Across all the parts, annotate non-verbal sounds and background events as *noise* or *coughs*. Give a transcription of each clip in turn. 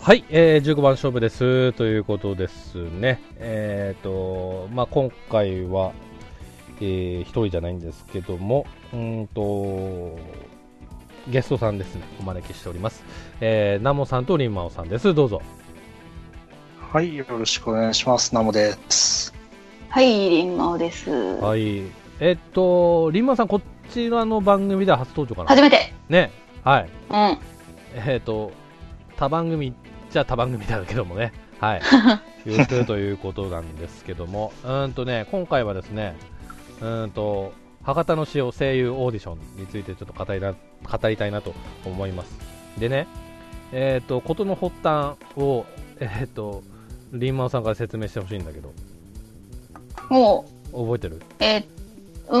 はい、えー15番勝負ですということですね、えーとまあ、今回は、えー一人じゃないんですけども、うーんとゲストさんですね、お招きしております、えー、ナモさんとリンマオさんです、どうぞ。はい、よろしくお願いします。ナモです。はい、りんまおです。ははい、えっ、と、リンマオさん、こちらの番組では初登場かな、じめて。ね、はい、うん。えっ、と、他番組じゃ他番組だけどもね、はい、言うということなんですけども、うーんとね、今回はですね、うーんと、博多の塩声優オーディションについてちょっと語りな語りたいなと思います。でね、えっ、と、ことの発端を、えっ、と、リンマンさんから説明してほしいんだけど、もう、覚えてるえーうー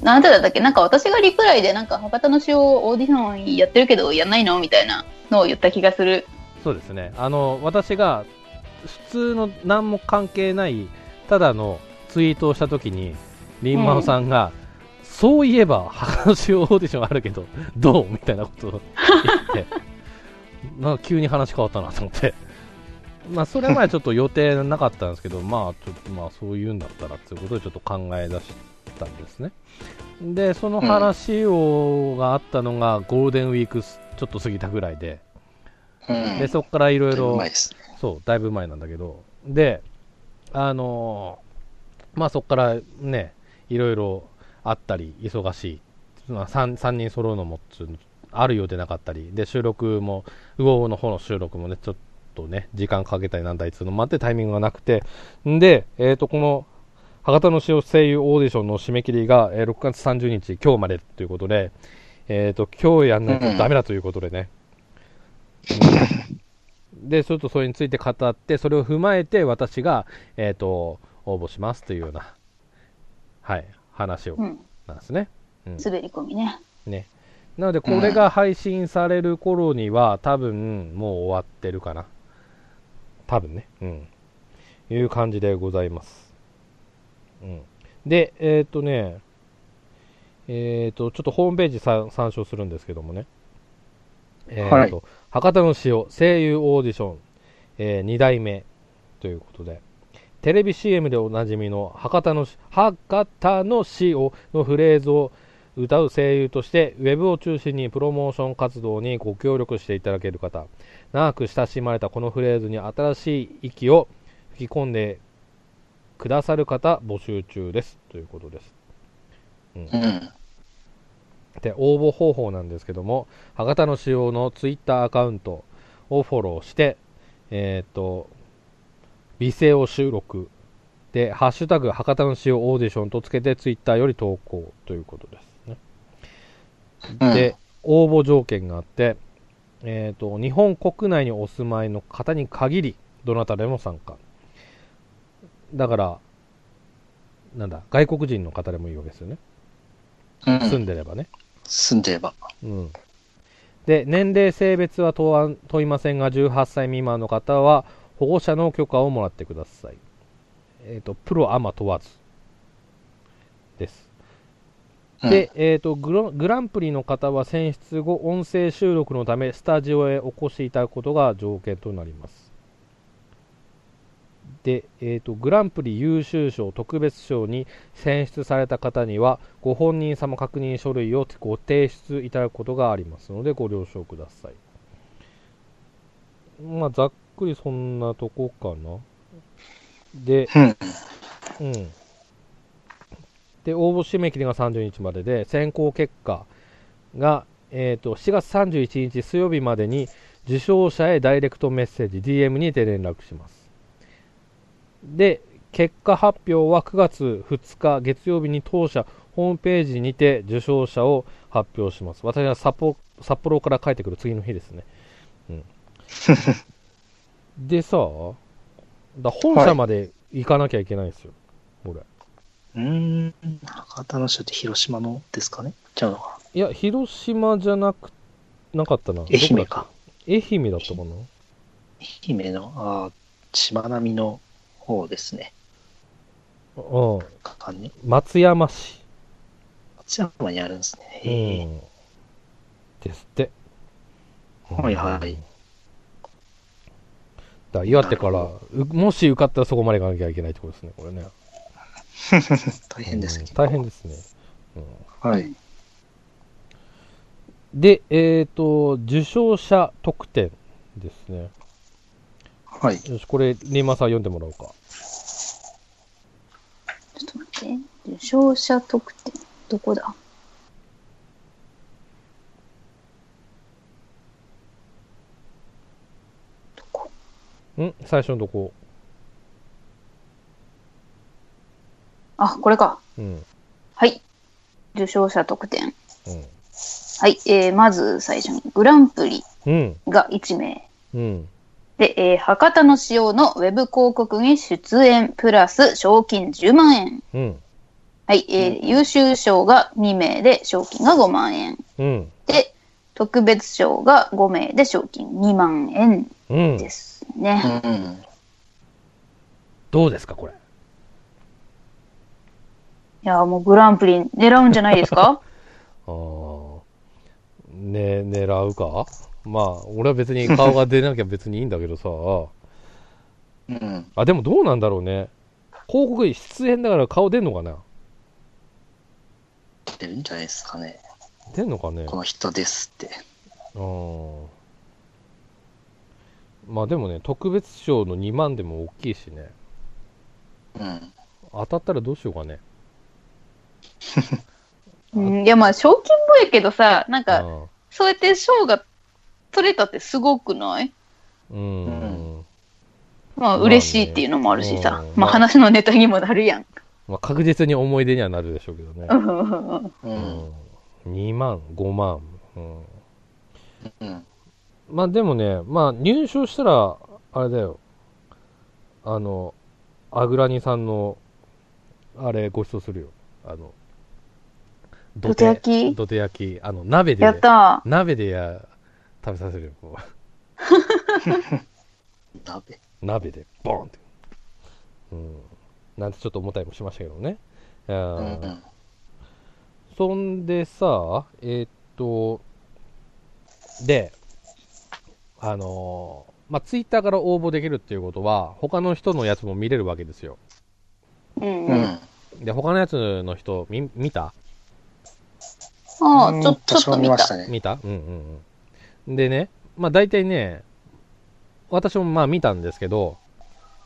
ん、なんてだったっけなんか私がリプライで、なんか博多の塩オーディションやってるけど、やんないのみたいなのを言った気がする。そうですね。あの、私が、普通の何も関係ない、ただのツイートをしたときに、リンマオさんが、そういえば、博多の塩オーディションあるけど、どうみたいなことを言って、 *laughs* なんか急に話変わったなと思って。まあ、それまでちょっと予定なかったんですけど、まあ、ちょっと、まあ、そういうんだったら、ということでちょっと考え出したんですね。で、その話を、があったのが、ゴールデンウィークす、ちょっと過ぎたぐらいで、うん。で、そこからいろいろうまい、ですね。そう、だいぶ前なんだけど、で、あのーまあそこからね、いろいろあったり、忙しい、まあ、3, 三人揃うのもつあるようでなかったり、で、収録も、ウオウオの方の収録もね、ちょっとね、時間かけたりなんだりつうのもあって、タイミングがなくて、んで、えっ、と、この、博多の塩声優オーディションの締め切りが、えー6月30日、今日までということで、えっ、と、今日やんないとダメだということでね。で、ちょっとそれについて語って、それを踏まえて私が、えっ、と、応募しますというような、はい、話を、うん。なんですね。うん滑り込みね。ね。なので、これが配信される頃には、多分、もう終わってるかな。多分ね。うん。いう感じでございます。うん。で、えっ、とね、えっ、と、ちょっとホームページさ参照するんですけどもね。えっ、と、博多の塩声優オーディション、え2代目ということで。テレビ CM でおなじみの博多のし博多の塩のフレーズを歌う声優としてウェブを中心にプロモーション活動にご協力していただける方長く親しまれたこのフレーズに新しい息を吹き込んでくださる方募集中ですということです、うんうん。で応募方法なんですけども博多の塩のツイッターアカウントをフォローしてえっ、と美声を収録で「ハッシュタグ博多の塩オーディション」とつけてツイッターより投稿ということですねうんで、、応募条件があって、えーと、日本国内にお住まいの方に限り、どなたでも参加。だから、なんだ、外国人の方でもいいわけですよね。うん、住んでればね。住んでれば。うん。で、年齢、性別は問わん問いませんが、18歳未満の方は、保護者の許可をもらってください。えっ、と、プロ、アマ問わず。です。うんで、、えー、とグログランプリの方は選出後音声収録のためスタジオへお越しいただくことが条件となりますで、えー、とグランプリ優秀賞特別賞に選出された方にはご本人様確認書類をご提出いただくことがありますのでご了承くださいまあざっくりそんなとこかなでうん。うん、で応募締め切りが30日までで選考結果が、えー、と7月31日水曜日までに受賞者へダイレクトメッセージ DM にて連絡しますで結果発表は9月2日月曜日に当社ホームページにて受賞者を発表します私は札幌札幌から帰ってくる次の日ですね、うん、でさだ本社まで行かなきゃいけないんですよ、俺うーん。博多の人って広島のですかね違うのかいや、広島じゃなく、なかったな。な愛媛どこだっか。け。愛媛だったかな愛媛の、ああ、しまなみの方ですね。うん。かかんね。松山市。松山にあるんですね。うへえ。ん。ですって。はいはい。だから岩手から、うもし受かったらそこまで行かなきゃいけないってことですね、これね。大変ですうんね。大変ですね。うんはい。で、えっ、と、受賞者特典ですね。はい。よし、これ、ネイマーさん読んでもらおうか。ちょっと待って。受賞者特典、どこだどこん最初のとこ。あ、これか。うん。はい。受賞者特典。うん。はい。えーまず最初に、グランプリうん。が1名。うん。で、えー博多の塩のウェブ広告に出演、プラス賞金10万円。うん。はい、えー優秀賞が2名で賞金が5万円。うん。で、特別賞が5名で賞金2万円うん。ですね。うん。どうですか、これ。いやー、もうグランプリ狙うんじゃないですかあーね、狙うかまあ、俺は別に顔が出なきゃ別にいいんだけどさ。うん。あ、でもどうなんだろうね。広告出演だから顔出んのかな出るんじゃないですかね。出んのかねこの人ですって。うん。まあでもね、特別賞の2万でも大きいしね。うん。当たったらどうしようかね。うん、いや、まあ、賞金もやけどさ、なんか、あそうやって賞が取れたってすごくないうん。うんまあ、まあね嬉しいっていうのもあるしさ、うんまあ、話のネタにもなるやん。まあ、確実に思い出にはなるでしょうけどね。う。うん2万、5万。うん。うん。まあでもね、まあ入賞したら、あれだよ。あの、アグラニさんの、あれご馳走するよ。あの、どて焼き土手焼き。あの、鍋で、 *laughs* やった鍋でや、食べさせるよ。こう鍋。鍋で、ボーンって。うん。なんてちょっと重たりもしましたけどね。いやうーん。そんでさ、えーっと、で、あのーまあ、ツイッターから応募できるっていうことは、他の人のやつも見れるわけですよ。ー。うん。ううん、ん。で、他のやつの人、み、見たああ、ちうょん、ちょっと見またし。たね。見たうんうんうん。でね、まあ、大体ね、私もまあ見たんですけど、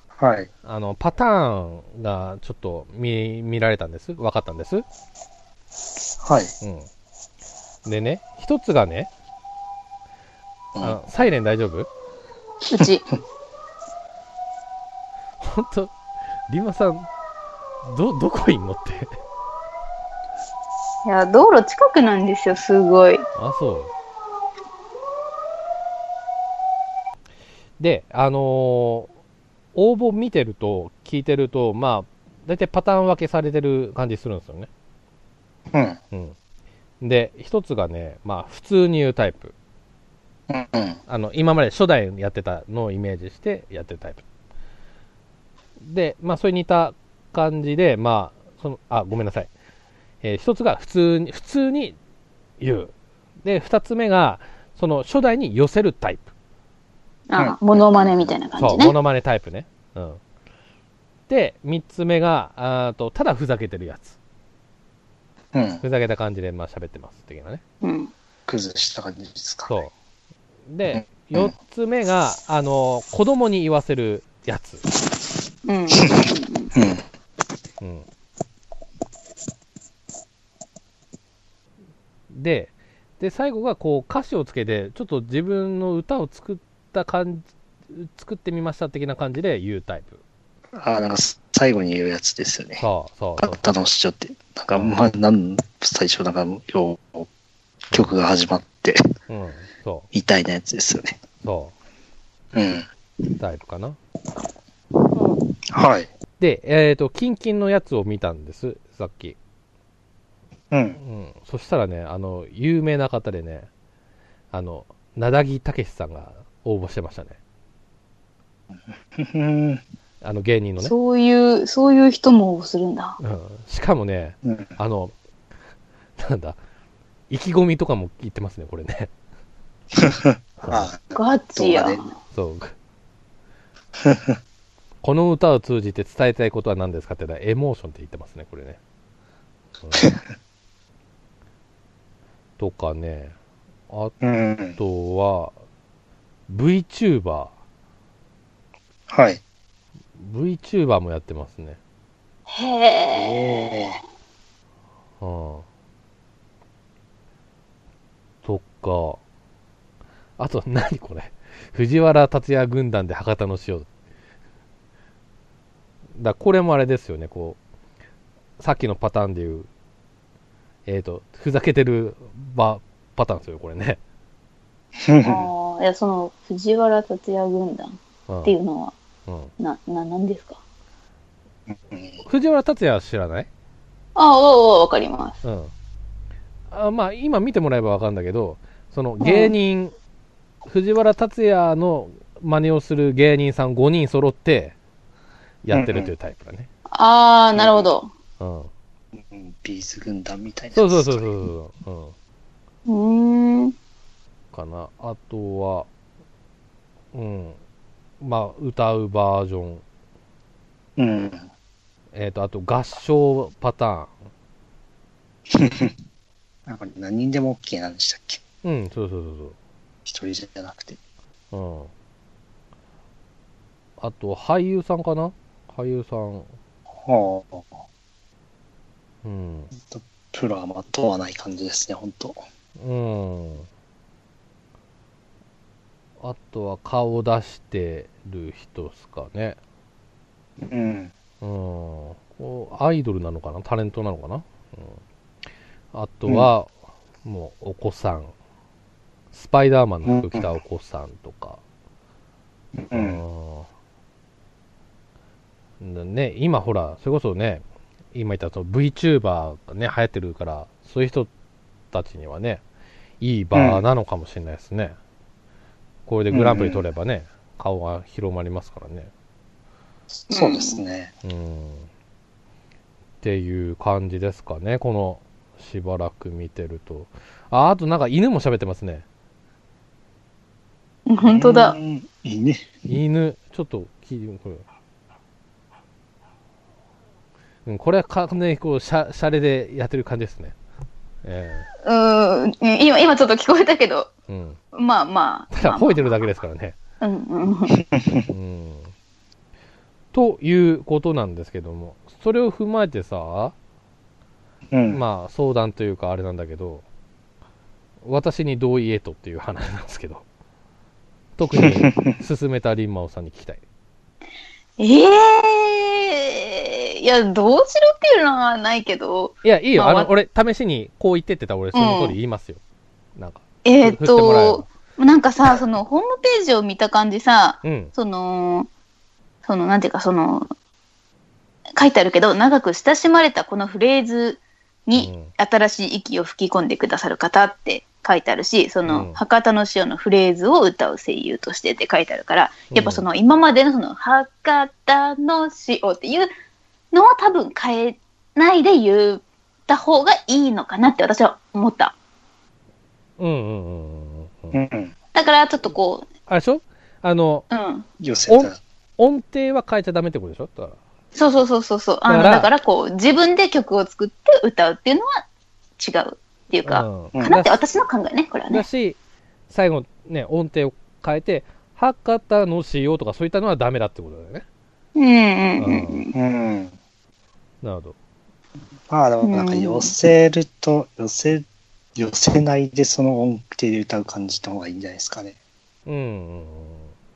はい。あの、パターンがちょっと見、見られたんです。分かったんです。はい。うん。でね、一つがね、うんあサイレン大丈夫うち。本当リマさんどどこいんのっていや、道路近くなんですよ、すごい。あそうであのー応募見てると聞いてるとまあ大体パターン分けされてる感じするんですよねうん。うんで一つがねまあ普通に言うタイプうん。うん。あの今まで初代やってたのをイメージしてやってるタイプでまあそれに似た感じでまあそのあごめんなさい、えー一つが普通に普通に言うで二つ目がその初代に寄せるタイプああ、モノマネみたいな感そじうモね。ノマネタイプね、うん、で三つ目があーとただふざけてるやつうん。ふざけた感じでまあ喋ってます的なねうん。崩した感じですか。そうでうん四つ目があの子供に言わせるやつうん。う。うん。うんでで最後がこう歌詞をつけてちょっと自分の歌を作った感じ作ってみました的な感じで言うタイプああ、なんか最後に言うやつですよね。そうそうそう楽しちゃって。なんか、まあ、なん、最初なんか、よう、曲が始まって、うんそうみたいなやつですよね。そうん。うタイプかなはい。でえっ、とキンキンのやつを見たんですさっき、う。うんん、そしたらねあの有名な方でねあの名木武さんが応募してましたねうん。あの芸人のね、そういう、そういう人も応募するんだ。うん、しかもねうん。あの、なんだ、意気込みとかも言ってますね、これね。 *laughs* ああ、ガチや。動うそう。この歌を通じて伝えたいことは何ですかって言ったらエモーションって言ってますねこれね、うんとかねあうん。とは VTuberVTuber はい。もやってますねへえ。うんとか、あと、何これ。藤原竜也軍団で博多の塩。だこれもあれですよね、こう、さっきのパターンでいう、えっ、と、ふざけてる場パターンですよ、これね。ああ、いや、その、藤原達也軍団うんっていうのは、うんな、な、なんですか藤原竜也は知らないああ、わわわかります。うん。あまあ、今見てもらえばわかるんだけど、その芸人、藤原竜也の真似をする芸人さん5人揃ってやってるというタイプだね。ああ、なるほど。うん。うんビーズ軍団みたいな。そうそうそうそう。そう。うん。うーん。かな。あとは、うん。まあ、歌うバージョン。うん。えっ、と、あと合唱パターン。なんか何人でも OK なんでしたっけうん、そうそうそうそう。一人じゃなくて。うん。あと、俳優さんかな俳優さん。はあ。うん。プロはまとわない感じですね、本当うん。あとは顔出してる人っすかね。うん。うん。こうアイドルなのかなタレントなのかな、うん、あとは、もうお子さん。スパイダーマンの服着たお子さんとか。うん。うんだね、今ほら、それこそね、今言ったその VTuber がね、流行ってるから、そういう人たちにはね、いい場なのかもしれないですね。これでグランプリ取ればね、顔が広まりますからね。そうですね。うん。っていう感じですかね、この、しばらく見てると。あ、あとなんか犬も喋ってますね。本当だう。ん。いいね。犬、ちょっと聞いてみこれ。うん、これは完全にこう、シャシャレでやってる感じですね。えうーん。今、今ちょっと聞こえたけど、えうん。まあまあ。ただ、まあ吠えてるだけですからね。うんうん。うん。ということなんですけども、それを踏まえてさ、うん。まあ、相談というかあれなんだけど、私に同意へとっていう話なんですけど、特に *laughs* 勧めたリンマオさんに聞きたい。ええいや、どうしろっていうのはないけど、いや、いいよ。まああわの、俺、試しにこう言ってってたら俺、その通り言いますよ。なんか。えっ、振ってもらえばと、なんかさ、その、ホームページを見た感じさ、うん。その、その、なんていうか、その、書いてあるけど、長く親しまれたこのフレーズに、新しい息を吹き込んでくださる方って書いてあるし、その、うん博多の塩のフレーズを歌う声優としてって書いてあるから、やっぱそうん、の、今までのその、博多の塩っていうのを多分変えないで言った方がいいのかなって私は思った。うんうんうんうんう。うんん。だから、ちょっとこあれでしょあの、う、うん。寄せた。音程は変えちゃダメってことでしょだかそうそうそうそうそう。あのだからだからこう自分で曲を作って歌うっていうのは違うっていうら。か、うんかなって私の考えねこれはだね。し、最後、ね、音程を変えて、博多の塩とかそういったのはダメだってことだよね。うんうんうんう。うんうん。なるほど。まあでもなんか寄せると、寄せ、寄せないでその音程で歌う感じの方がいいんじゃないですかね。うんうん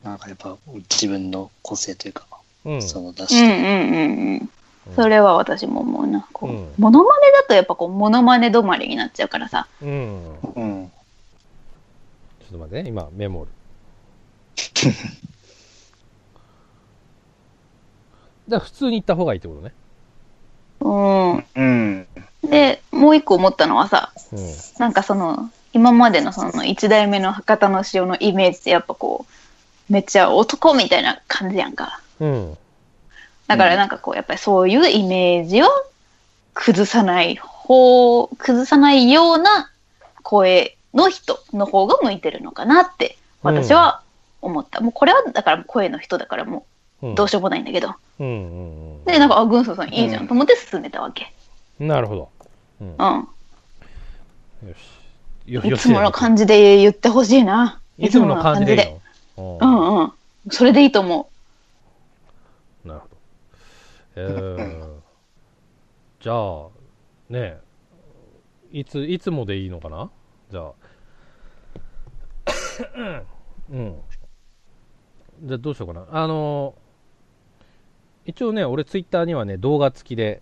なんかやっぱ自分の個性というか、うん。うん。その出うんしうんうんうん。うんそれは私も思うな。こう、うんモノマネだとやっぱこう、モノマネ止まりになっちゃうからさ。うん。ちょうん。っと待ってね、今、メモる。 *laughs* だから普通に行った方がいいってことね。ううん。ん。で、もう一個思ったのはさ、うん。なんかその、今までのその一代目の博多の塩のイメージってやっぱこう、めっちゃ男みたいな感じやんか。うん。だからなんかこう、やっぱりそういうイメージを崩さない方、崩さないような声の人の方が向いてるのかなって、私は思った。もうこれはだから声の人だからもううんどうしようもないんだけど。うんうんうんで、なんか、あ、軍曹さんいいじゃうんんと思って進んでたわけ。なるほど、うんうん。よしよいつものじ感じで言ってほしいな。いつもの感じでいいのううんんうん。それでいいと思なるほど。えー、じゃあ、ねえ、いつ、いつもでいいのかなじゃあ。 *coughs* うん。じゃあどうしようかな。あのー一応ね、俺ツイッターにはね、動画付きで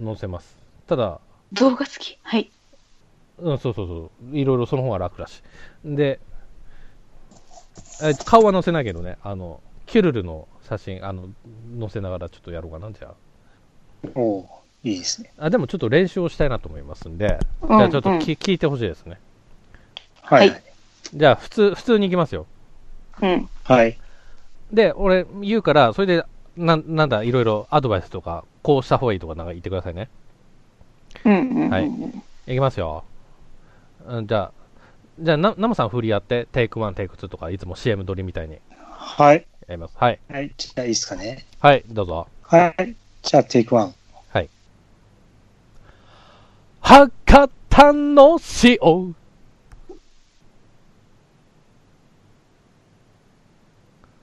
載せます。ただ、う。動画好きはい。うん、そうそうそう。いろいろその方が楽だし。で、え顔は載せないけどね、あの、キュルルの写真、あの、載せながらちょっとやろうかな、じゃおういいですね。あ。あ、でもちょっと練習をしたいなと思いますんで、じうんゃあちょっとき、うん聞いてほしいですね。はい。はじゃあ、普通、普通に行きますよ。うん。はい。で、俺、言うから、それで、な、なんだ、いろいろアドバイスとか、こうした方がいいとかなんか言ってくださいね。うんうんうん。はいいきますよ。うん、じゃあ、じゃあ、なナムさん振りやって、テイク1、テイク2とか、いつも CM 撮りみたいにはい。やります。はい。はい。じゃあ、いいですかね。はい、どうぞ。はい。じゃあ、テイクワン。博多の塩。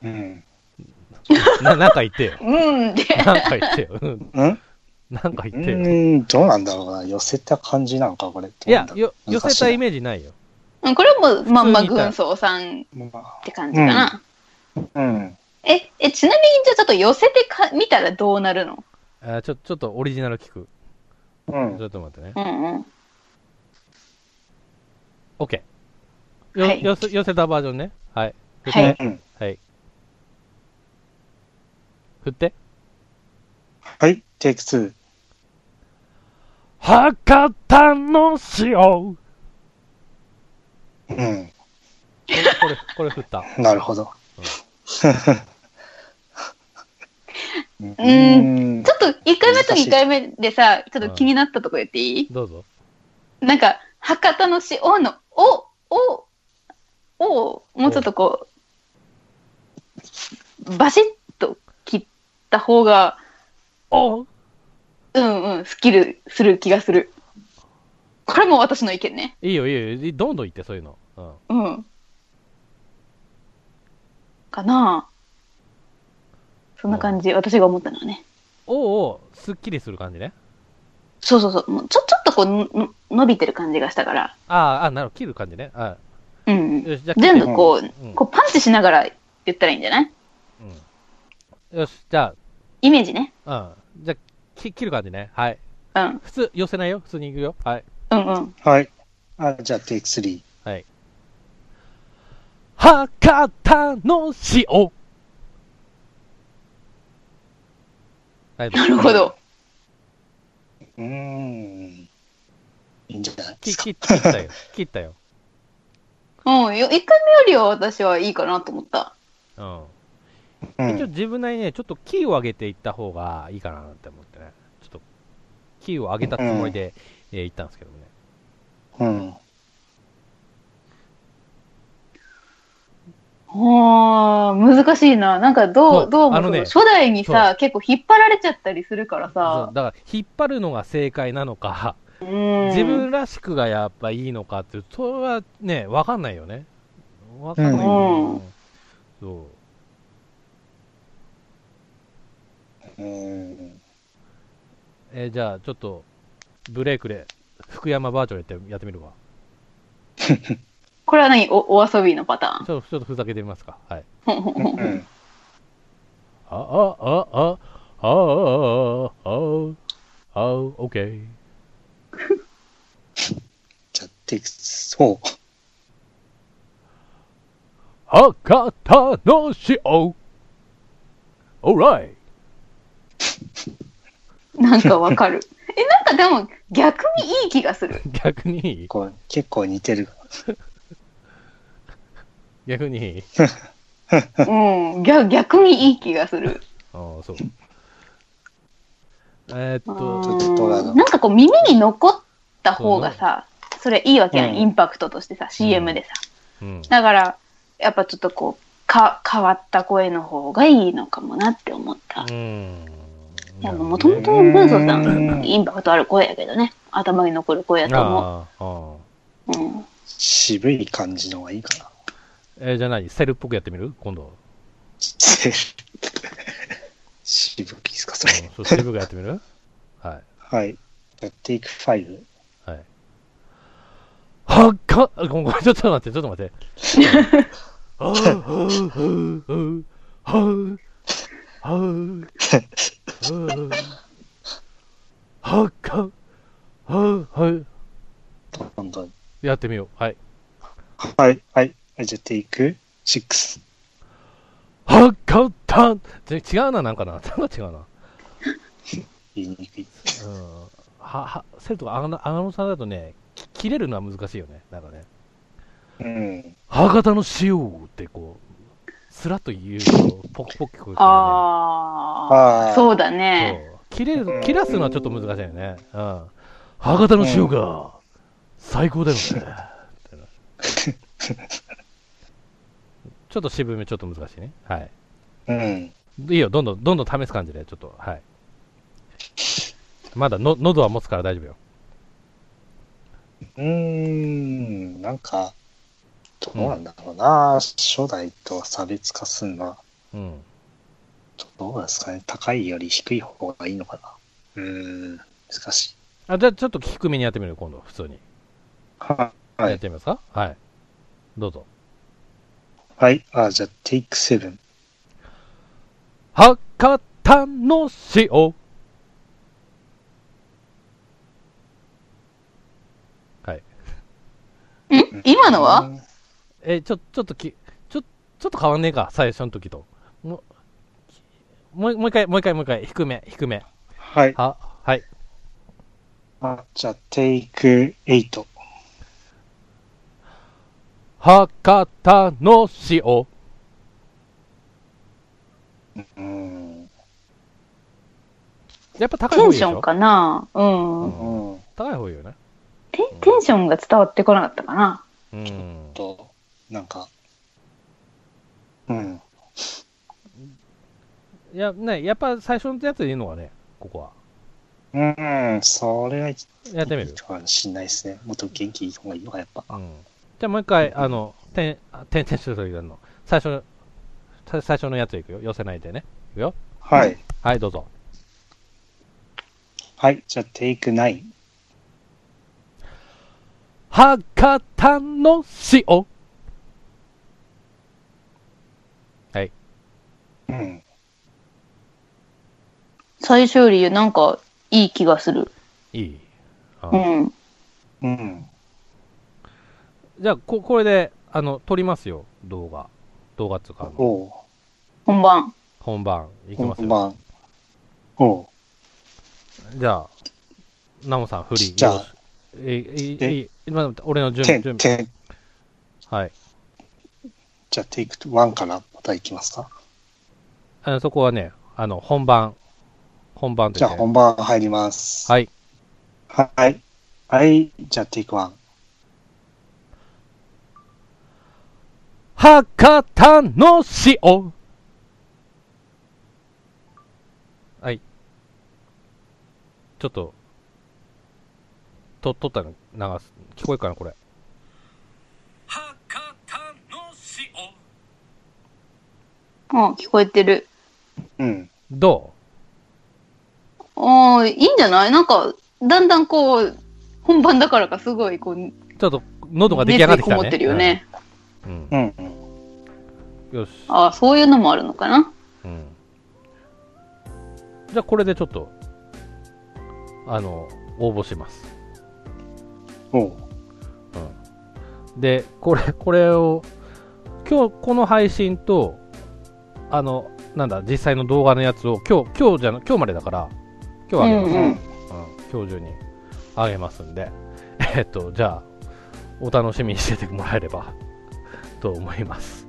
うん。な、なんか言ってよ。うんで、なんか言ってよ。うんうんなんかう言ってよ。ーん、どうなんだろうな。寄せた感じなのか、これ。いや、よ、寄せたイメメージないよ。うんこれはもう、まんま普通にいた軍曹さんっージ。まて感じかな。あうん。え、え、ちなみにじゃあちょっと寄せてか見たらどうなるのあーちょ、ちょっとオリジナル聞く。ちうん。。ょっと待ってねう。んうん。 OK。はよ、い寄せ、寄せたバージョンね。はい。はいうん。はい。振って。はい。テイク2。博多の塩。こうん。れ、これ、これ振った。なるほど。うーんちょっと1回目と2回目でさ、ちょっと気になったとこ言っていいどうぞ。なんか、博多の塩の、お、お、お、もうちょっとこう、バシッと切った方が、おうんうん、スッキリする気がする。これも私の意見ね。いいよ、いいよい。どんどん言って、そういうの。うん。うん。かなあそんな感じ、私が思ったのはね。おを、すっきりする感じね。そうそうそう。もうちょ、ちょっとこうの、の伸びてる感じがしたから。あーあ、なるほど。切る感じね。あうんうん。よし、じゃあ、全部こう、うんこうパンチしながら言ったらいいんじゃないうんよし、じゃイメージね。あ、うん。じゃあ、き切る感じね。はい。うん。普通、寄せないよ。普通に行くよ。はい。うんうん。はい。あ、じゃあ、テイク3。はい。博多の塩。はい、なるほど。うーん。いいんじゃないできすかき。切ったよ。切ったよ。うん。よ一回目よりは私はいいかなと思った。うん。う一応ん。自分なりにね、ちょっとキーを上げていった方がいいかなって思ってね。ちょっと、キーを上げたつもりで、えー行ったんですけどもね。うん。ああ、難しいな。なんかどそうう、どうあもそののね初代にさ、結構引っ張られちゃったりするからそさう。だから、引っ張るのが正解なのか、自自分らしくがやっぱいいのかっていう、それはね、わかんないよね。わかんないよね、そうん。う。えーじゃあ、ちょっと、ブレイクで、福山バージョンやってやってみるわ。これは何おお遊びのパタちょっと、ちょっとふざけてみますか。はい。ーン。うん。あ、あ、あ、あ、あ、あ、あ、あ、あ、オッケー。じゃあ、テイク4。博多の塩。オーライ。なんかわ *laughs* かる。え、なんかでも逆にいい気がする。逆に、こう結構似てる。逆に、うん。逆逆にいい気がする。ああ、そう。えーっうと、っとあのんなんかこう耳に残った方がさ、それいいわけやん。うんインパクトとしてさ、CM でさ。うん。だから、やっぱちょっとこう、か変わった声の方がいいのかもなって思った。うん。いや、もともとうん文ーさん、インパクトある声やけどね。頭に残る声やと思ああああ。う。うん、渋い感じの方がいいかな。えーじゃあ何セルっぽくやってみる今度。 *laughs* セル渋いですか、それ。うん、セルっぽくやってみるはい。はい。やっていくファイル。はい。はっかあごめんちょっと待って、ちょっと待って。はぁ、はぁ、はぁ、はぁ、はぁ、はっか、はぁ、はい。どんどん。やってみよう。はい。はい、はい。はい、じゃあ、テイク6。はっかたんぜ違うな、なんかな。なんか違うな。言いにくい。うん。は、は、セルとかアナアナウンサーだとね、き切れるのは難しいよね。なんかね。うん。歯型の塩ってこう、スラッと言うと、ポキポキ聞こえるからね。あああ、あ。そうだそね。う切れる、切らすのはちょっと難しいよね。うん。歯型の塩が最高だよね。みたいな *laughs* ちょっと渋め、ちょっと難しいね。はい。うん。いいよ、どんどん、どんどん試す感じで、ちょっと、はい。まだの、喉は持つから大丈夫よ。うーん。なんか、どうなんだろうな。初代と差別化すんのは、うん。どうなんですかね。高いより低い方がいいのかな。うーん。難しい。あ、じゃあちょっと低めにやってみるよ、今度、普通に。はやはっい。てみますかはい。どうぞ。はい。あ、じゃあ、テイク7。博多の塩ん今のはうんえ、ちょ、ちょっとき、ちょ、ちょっと変わんねえか、最初の時と。ももう、もう一回、もう一回、もう一回、低め、低め。はい。は、はい。あじゃあ、テイク8。博多の塩。うーん。やっぱ高い方がテいンいでシしョンょかなうん。うん。高い方がいいよね。テンテンションが伝わってこなかったかな。うん。と、なんか、うん。いや、ね、やっぱ最初のやつでいいのはね、ここは。うん、それはやってみいいる。かもしんないですね。もっと元気いい方がいいのか、やっぱ。うん。じゃあもう一回、あの、てん、あてんてんしてる時の、最初の、さ最初のやついくよ。寄せないでね。いくよ。はい。はい、どうぞ。はい、じゃあ、テイク9。博多の塩。うん。最初よりなんかいい気がする。いい。あうん。うん。じゃあこ、これで、あの、撮りますよ、動画。動画っつうか、あのおう。本番。本番、いきこますんよ。ばん。おう。じゃあ、ナモさん、フリー。じゃあよろしえ、え、ええ、今の俺の準備、準10、備。 10。はい。じゃあ、テイク1からまたいきますか。あのそこはね、あの、本番。本番で、じゃね。あ、本番入ります。はい。はい。はい、じゃあ、テイク1。博多の塩。はい。ちょっと、と、撮ったの流す。聞こえるかな、これ。博多の塩うん、聞こえてる。うん。どおーいいんじゃないなんか、だんだんこう、本番だからかすごいこう、うちょっと、喉が出来上がってきたね。熱意こもってるよね。うん。うんうん。よし。ああ、そういうのもあるのかなうん。じゃあ、これでちょっと、あの、応募します。おう。で、これ、これを、今日、この配信と、あの、なんだ、実際の動画のやつを、今日、今日じゃな、今日までだから、今日あげます。ううんんうん今日中にあげますんで、 *laughs* えっと、じゃあ、お楽しみにしててもらえれば、 *laughs* と思います。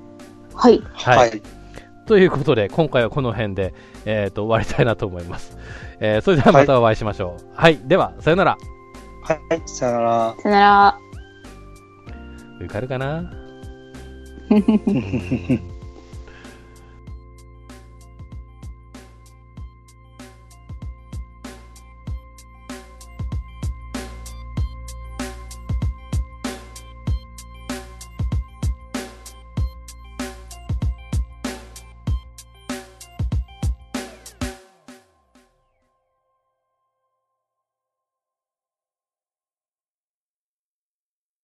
はい。ははいい。ということで、今回はこの辺で、えっと、終わりたいなと思います。えーそれではまたお会いしましょう。はい、では、さよなら。はい、さよなら。さよなら。受かるかなうん